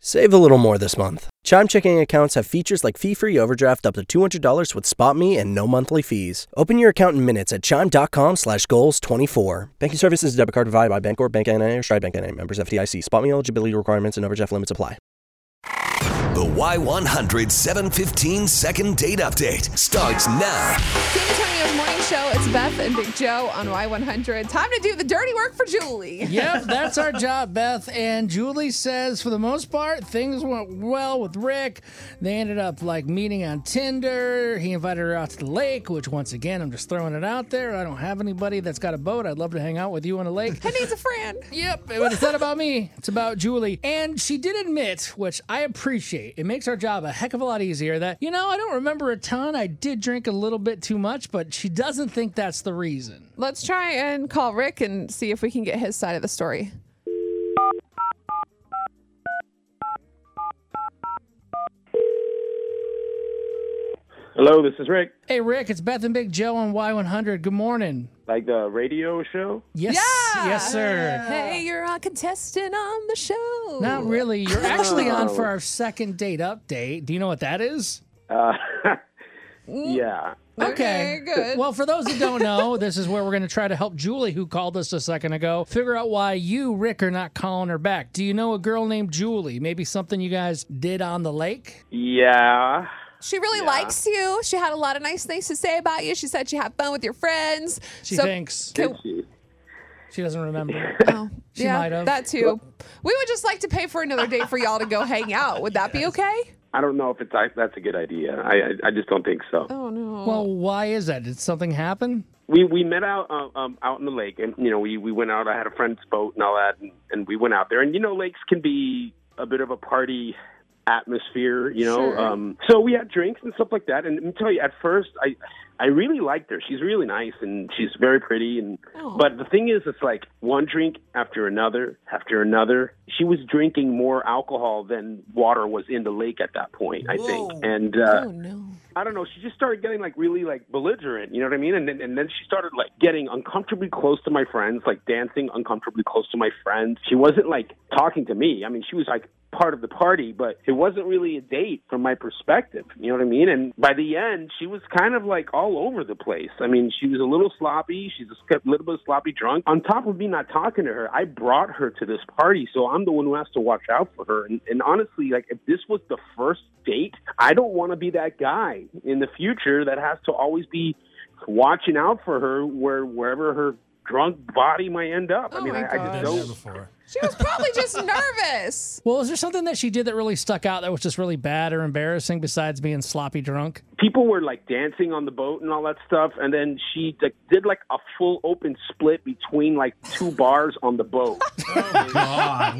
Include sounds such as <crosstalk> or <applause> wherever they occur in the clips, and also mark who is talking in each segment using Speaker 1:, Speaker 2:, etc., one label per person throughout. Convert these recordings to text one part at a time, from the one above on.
Speaker 1: Save a little more this month. Chime checking accounts have features like fee free overdraft up to $200 with SpotMe and no monthly fees. Open your account in minutes at chime.com slash goals 24. Banking services is a debit card provided by Bancorp, Bank NA, or Stride Bank NA. Members FDIC. SpotMe eligibility requirements and overdraft limits apply.
Speaker 2: The Y100 715 second date update starts now.
Speaker 3: San Antonio's morning show. It's Beth and Big Joe on Y100. Time to do the dirty work for Julie.
Speaker 4: yep, that's our job, Beth. And Julie says, for the most part, things went well with Rick. They ended up like meeting on Tinder. He invited her out to the lake, which once again, I'm just throwing it out there. I don't have anybody that's got a boat. I'd love to hang out with you on a lake.
Speaker 3: I need a friend.
Speaker 4: Yep, but it's not about me. It's about Julie. And she did admit, which I appreciate, it makes our job a heck of a lot easier, that, you know, I don't remember a ton. I did drink a little bit too much, but she doesn't think that's the reason.
Speaker 3: Let's try and call Rick and see if we can get his side of the story.
Speaker 5: Hello, this is Rick.
Speaker 4: Hey, Rick, it's Beth and Big Joe on Y100. Good morning.
Speaker 5: Like the radio show?
Speaker 4: Yes,
Speaker 3: Yeah.
Speaker 4: yes, sir.
Speaker 3: Hey, you're a contestant on the show.
Speaker 4: Not really. You're actually on for our second date update. Do you know what that is?
Speaker 5: Uh, <laughs> yeah.
Speaker 3: Okay, good.
Speaker 4: Well, for those that don't know, <laughs> this is where we're going to try to help Julie, who called us a second ago, figure out why you, Rick, are not calling her back. Do you know a girl named Julie? Maybe something you guys did on the lake?
Speaker 5: Yeah.
Speaker 3: She really likes you. She had a lot of nice things to say about you. She said you have fun with your friends.
Speaker 4: She
Speaker 3: So-
Speaker 4: thinks.
Speaker 3: Can-
Speaker 4: She doesn't remember. Uh,
Speaker 3: oh,
Speaker 4: She
Speaker 3: yeah,
Speaker 4: might have.
Speaker 3: That too. We would just like to pay for another date for y'all to go hang out. Would that be okay?
Speaker 5: I don't know if it's I, that's a good idea. I, I I just don't think so.
Speaker 3: Oh, no.
Speaker 4: Well, why is that? Did something happen?
Speaker 5: We we met out um, um out in the lake, and you know we we went out. I had a friend's boat and all that, and, and we went out there. And you know lakes can be a bit of a party atmosphere, you know.
Speaker 3: Sure.
Speaker 5: Um, so we had drinks and stuff like that. And let me tell you, at first I I really liked her. She's really nice and she's very pretty. And
Speaker 3: Oh.
Speaker 5: but the thing is, it's like one drink after another after another. She was drinking more alcohol than water was in the lake at that point, I think. And uh,
Speaker 3: oh, no.
Speaker 5: I don't know. She just started getting like really like belligerent. You know what I mean? And then and then she started like getting uncomfortably close to my friends, like dancing uncomfortably close to my friends. She wasn't like talking to me. I mean, she was like part of the party, but it wasn't really a date from my perspective. You know what I mean? And by the end, she was kind of like all over the place. I mean, she was a little sloppy. She's a little bit sloppy drunk. On top of me not talking to her, I brought her to this party, so I'm the one who has to watch out for her. And, and honestly, like if this was the first date, I don't want to be that guy in the future that has to always be watching out for her where wherever her drunk body might end up.
Speaker 3: Oh
Speaker 5: I mean,
Speaker 3: my
Speaker 5: I, I
Speaker 3: gosh.
Speaker 5: just don't.
Speaker 4: before.
Speaker 3: She was probably
Speaker 4: <laughs>
Speaker 3: just nervous.
Speaker 4: Well, is there something that she did that really stuck out that was just really bad or embarrassing besides being sloppy drunk?
Speaker 5: people were like dancing on the boat and all that stuff and then she like, did like a full open split between like two bars on the boat
Speaker 6: God,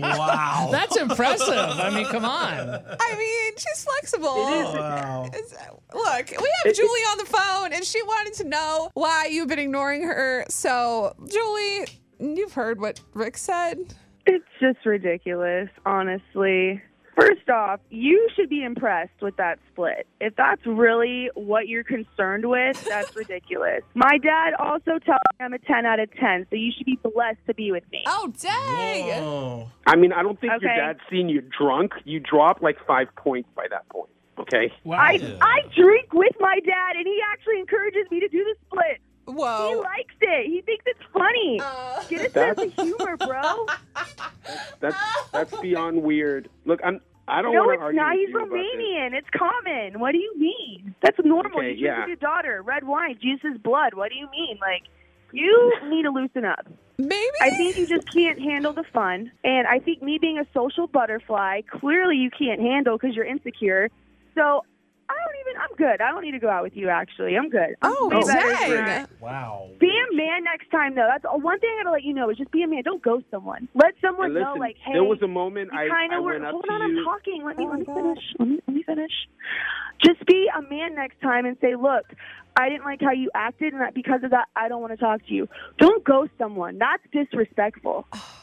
Speaker 6: wow.
Speaker 4: That's impressive. I mean, come on.
Speaker 3: I mean, she's flexible.
Speaker 6: wow.
Speaker 3: It's- Look, we have Julie on the phone, and she wanted to know why you've been ignoring her. So, Julie, you've heard what Rick said.
Speaker 7: It's just ridiculous, honestly. First off, you should be impressed with that split. If that's really what you're concerned with,
Speaker 3: <laughs>
Speaker 7: that's ridiculous. My dad also tells me I'm a 10 out of 10, so you should be blessed to be with me.
Speaker 3: Oh, dang.
Speaker 6: Whoa.
Speaker 5: i mean i don't think your
Speaker 7: Okay.
Speaker 5: dad's seen you drunk you dropped like five points by that point okay
Speaker 4: Wow.
Speaker 7: I, I drink with my dad, and he actually encourages me to do the split. He
Speaker 3: Whoa.
Speaker 7: likes it. He thinks it's funny.
Speaker 3: Oh. Uh,
Speaker 7: Get a
Speaker 3: <laughs>
Speaker 7: sense of humor, bro.
Speaker 5: that's
Speaker 7: <laughs>
Speaker 5: that's beyond weird look i'm i don't
Speaker 7: No,
Speaker 5: want to argue
Speaker 7: it's not.
Speaker 5: with
Speaker 7: He's
Speaker 5: you about this.
Speaker 7: Romanian. It's common. What do you mean? That's normal.
Speaker 5: Okay,
Speaker 7: you choose
Speaker 5: yeah.
Speaker 7: your daughter. Red wine. Jesus' blood. What do you mean? Like,
Speaker 5: <laughs>
Speaker 7: you need to loosen up.
Speaker 3: maybe.
Speaker 7: I think you just can't handle the fun. And I think me being a social butterfly, clearly you can't handle because you're insecure. So I don't even, I'm good. I don't need to go out with you, actually. I'm good. I'm
Speaker 3: oh,
Speaker 7: way better than that.
Speaker 3: dang.
Speaker 6: Wow.
Speaker 7: Be a man next time, though. That's one thing I gotta let you know is just be a man. Don't ghost someone. Let someone
Speaker 5: And listen,
Speaker 7: know, like, hey,
Speaker 5: there was a moment I,
Speaker 7: you kind
Speaker 5: I
Speaker 7: of were.
Speaker 5: went up
Speaker 7: Hold
Speaker 5: to
Speaker 7: on,
Speaker 5: you.
Speaker 7: I'm talking. Let me
Speaker 3: Oh
Speaker 7: let me
Speaker 3: my
Speaker 7: finish. Let me let me finish. Just be a man next time and say, look, I didn't like how you acted, and that because of that, I don't want to talk to you. Don't ghost someone. That's disrespectful.
Speaker 3: Oh.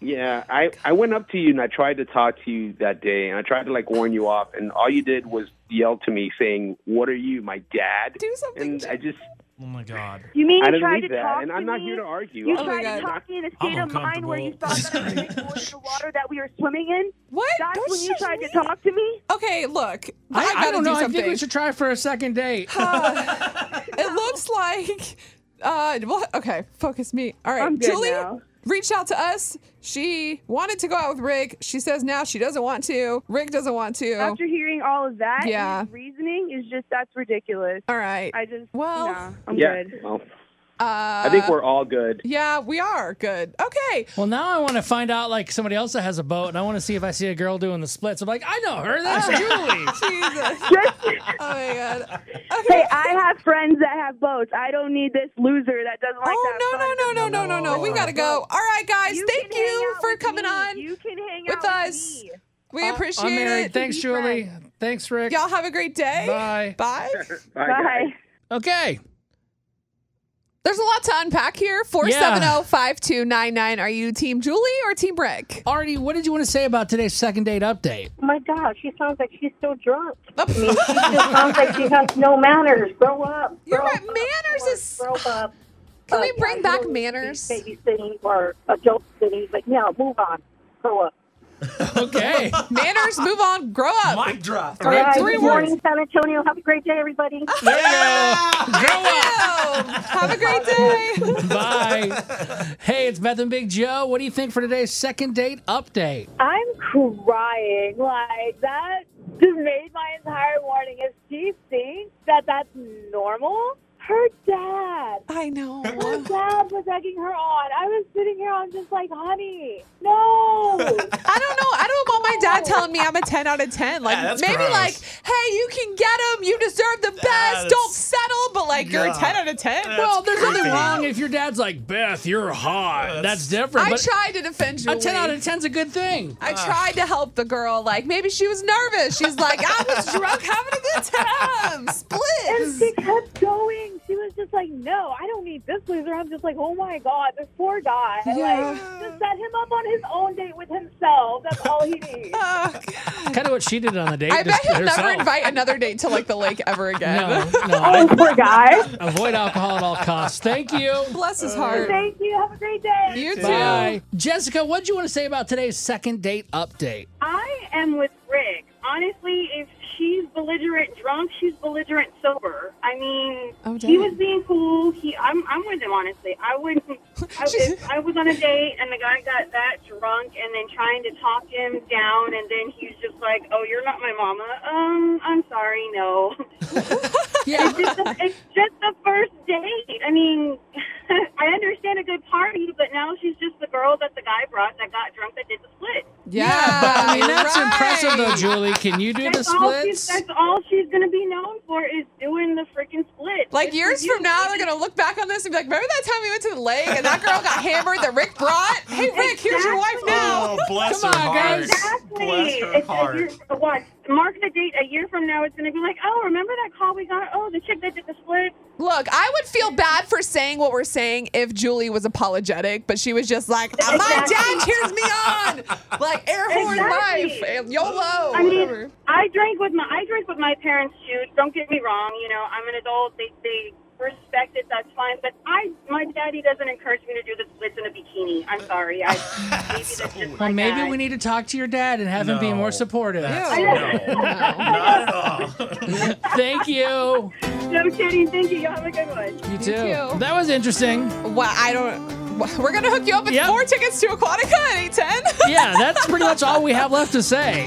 Speaker 5: Yeah, I, I went up to you and I tried to talk to you that day and I tried to like warn you off and all you did was yell to me saying, "What are you, my dad?"
Speaker 3: Do something.
Speaker 5: And I just
Speaker 6: Oh my god.
Speaker 8: You mean
Speaker 5: I
Speaker 8: you
Speaker 5: didn't
Speaker 8: tried
Speaker 5: read
Speaker 8: to
Speaker 5: that,
Speaker 8: talk
Speaker 5: and
Speaker 8: to
Speaker 5: I'm not
Speaker 8: me?
Speaker 5: here to argue.
Speaker 8: You
Speaker 5: I'm
Speaker 8: tried to
Speaker 5: not-
Speaker 8: talk to me in a state of mind where you
Speaker 6: uncomfortable.
Speaker 8: thought that I was going to in the water that we were swimming in.
Speaker 3: What?
Speaker 8: That's
Speaker 3: Don't
Speaker 8: when you
Speaker 3: shoot
Speaker 8: tried
Speaker 3: me.
Speaker 8: to talk to me.
Speaker 3: Okay, look.
Speaker 4: I,
Speaker 3: gotta
Speaker 4: I don't know.
Speaker 3: Do
Speaker 4: I
Speaker 3: something.
Speaker 4: think we should try for a second date.
Speaker 3: It
Speaker 4: <laughs>
Speaker 3: looks like. Uh, well, okay, focus me. All right,
Speaker 8: I'm good
Speaker 3: Julie
Speaker 8: now.
Speaker 3: reached out to us. She wanted to go out with Rick. She says now she doesn't want to. Rick doesn't want to.
Speaker 8: After hearing all of that,
Speaker 3: Yeah.
Speaker 8: and his reasoning is just that's ridiculous.
Speaker 3: All right.
Speaker 8: I just
Speaker 3: Well-
Speaker 8: nah, I'm
Speaker 5: Yeah.
Speaker 8: good.
Speaker 5: Well,
Speaker 3: uh,
Speaker 5: I think we're all good.
Speaker 3: yeah, we are good. Okay.
Speaker 4: Well, now I want to find out like somebody else that has a boat, and I want to see if I see a girl doing the splits. I'm like, I know her.
Speaker 3: <laughs>
Speaker 4: That's Julie.
Speaker 8: <laughs>
Speaker 3: Jesus.
Speaker 8: Just,
Speaker 3: Oh my god. Okay.
Speaker 8: hey, I have friends that have boats. I don't need this loser that doesn't like that.
Speaker 3: oh no no no no no no no. We gotta go. All right, guys. Thank you for coming on.
Speaker 8: You can hang
Speaker 3: with
Speaker 8: out
Speaker 3: us.
Speaker 8: with me.
Speaker 3: we appreciate
Speaker 4: Uh, I'm married.
Speaker 3: it.
Speaker 4: Thanks,
Speaker 8: Be
Speaker 4: Julie. Thanks, Rick.
Speaker 3: Y'all have a great day.
Speaker 4: Bye.
Speaker 8: <laughs>
Speaker 3: Bye.
Speaker 5: Bye. guys.
Speaker 8: Bye.
Speaker 4: Okay.
Speaker 3: There's a lot to unpack here. oh, 470-5299. Are you team Julie or team Rick?
Speaker 4: Artie, what did you want to say about today's second
Speaker 3: <laughs>
Speaker 4: date update?
Speaker 9: Oh my God, she sounds like she's so drunk. I mean, she just sounds like she has no manners. Grow
Speaker 3: <laughs>
Speaker 9: up.
Speaker 3: You're
Speaker 9: grow
Speaker 3: right.
Speaker 9: up.
Speaker 3: Manners is-
Speaker 9: Grow up.
Speaker 3: <sighs> Can
Speaker 9: Uh,
Speaker 3: we bring
Speaker 9: yeah,
Speaker 3: back
Speaker 9: you know,
Speaker 3: manners?
Speaker 9: Babysitting or adult sitting. Like, yeah, move on. Grow up.
Speaker 4: Okay.
Speaker 3: <laughs> Manners, move on, grow up.
Speaker 6: Mic drop.
Speaker 4: All right,
Speaker 9: All
Speaker 4: three
Speaker 9: good
Speaker 4: words.
Speaker 9: morning, San Antonio. Have a great day, everybody.
Speaker 3: <laughs> Oh, have
Speaker 8: <laughs>
Speaker 3: a great day.
Speaker 4: Bye. Hey, it's Beth and Big Joe. What do you think for today's second date update?
Speaker 7: I'm crying. Like that just made my entire morning. If she thinks that that's normal, her dad,
Speaker 3: I know.
Speaker 7: her dad was egging her on. I was sitting here, I'm just like, honey,
Speaker 3: <laughs>
Speaker 7: no.
Speaker 3: I don't know. I don't want my dad telling me I'm a 10 out of 10. Like,
Speaker 6: Yeah, that's
Speaker 3: maybe
Speaker 6: gross.
Speaker 3: like, hey, you can get him. You deserve the best.
Speaker 6: that's-
Speaker 3: Don't settle, but like, you're a 10 out of 10.
Speaker 4: Well, there's nothing
Speaker 6: creepy.
Speaker 4: wrong if your dad's like, Beth, you're hot. That's different.
Speaker 3: I
Speaker 4: But
Speaker 3: tried to defend Julie.
Speaker 4: a 10 out of 10's a good thing.
Speaker 3: I tried to help the girl. Like, maybe she was nervous. She's like, I
Speaker 4: <laughs>
Speaker 3: was drunk having a good time.
Speaker 7: And
Speaker 3: Splits.
Speaker 7: she kept going. She was just like, no, I don't need this loser. I'm just like, oh my God, this poor guy.
Speaker 3: Yeah.
Speaker 7: Like, just set him up on his own date with himself. That's all he needs.
Speaker 3: Oh, God.
Speaker 4: Kind of what she did on the date.
Speaker 3: I bet
Speaker 4: just
Speaker 3: he'll never
Speaker 4: herself.
Speaker 3: invite another date to like the lake ever again.
Speaker 4: <laughs>
Speaker 3: <laughs>
Speaker 4: No, no.
Speaker 7: Oh, poor guy.
Speaker 4: Avoid alcohol at all costs. Thank you. <laughs>
Speaker 3: Bless his heart.
Speaker 7: Thank you. Have a great day.
Speaker 3: You too.
Speaker 4: Bye. Jessica, what do you want to say about today's second date update?
Speaker 7: I am with Rick. Honestly, if she's belligerent drunk, she's belligerent sober. I mean,
Speaker 3: Oh,
Speaker 7: he
Speaker 3: dang.
Speaker 7: was being cool. He, I'm, I'm with him. Honestly, I wouldn't. I,
Speaker 3: <laughs>
Speaker 7: if I was on a date and the guy got that drunk and then trying to talk him down, and then he's just like, "Oh, you're not my mama." Um, I'm sorry, no. <laughs>
Speaker 4: Yeah.
Speaker 3: <laughs>
Speaker 7: It's just, the, it's just the first date. I mean, <laughs> I understand a good party, but now she's just the girl that the guy brought that got drunk that did the split.
Speaker 3: Yeah,
Speaker 4: but I mean, that's
Speaker 3: right.
Speaker 4: impressive, though, Julie. Can you do the
Speaker 7: That's all, she's,
Speaker 4: splits?
Speaker 7: that's all she's gonna be known for is doing the freaking split.
Speaker 3: Like
Speaker 7: It's
Speaker 3: years
Speaker 7: you.
Speaker 3: from now, they're gonna look back on this and be like, "Remember that time we went to the lake and that girl got hammered that Rick brought? Hey, Rick, here's your wife now."
Speaker 6: Oh, bless
Speaker 4: Come
Speaker 6: her
Speaker 4: on,
Speaker 6: heart.
Speaker 4: guys.
Speaker 7: Exactly.
Speaker 6: Bless her
Speaker 7: It's
Speaker 6: heart.
Speaker 7: a year, watch, mark the date. A year from now, it's gonna be like, oh, remember that call we got? Oh, the chick that did the split.
Speaker 3: Look, I would feel bad for saying what we're saying if Julie was apologetic, but she was just like, "My dad cheers me on, like air horn
Speaker 7: Exactly.
Speaker 3: life, and YOLO."
Speaker 7: I
Speaker 3: whatever.
Speaker 7: mean, I drank with my I drank with my parents too. Don't get me wrong. You know, I'm an adult. They they respect it. That's fine. But I my daddy doesn't encourage me to do the splits in a bikini. I'm sorry.
Speaker 6: <laughs>
Speaker 7: I maybe that's just my
Speaker 4: Well, maybe
Speaker 7: dad. <laughs>
Speaker 4: we need to talk to your dad and have him be
Speaker 6: No.
Speaker 4: more supportive.
Speaker 6: That's-
Speaker 3: Ew.
Speaker 6: No, not at all.
Speaker 4: Thank <laughs> you.
Speaker 7: No kidding. Thank you. Y'all have a good one.
Speaker 4: You too.
Speaker 3: too.
Speaker 4: That was interesting.
Speaker 3: Well, I don't. We're gonna hook you up with
Speaker 4: Yep.
Speaker 3: four tickets to Aquatica at eight ten. <laughs>
Speaker 4: Yeah, that's pretty much all we have left to say.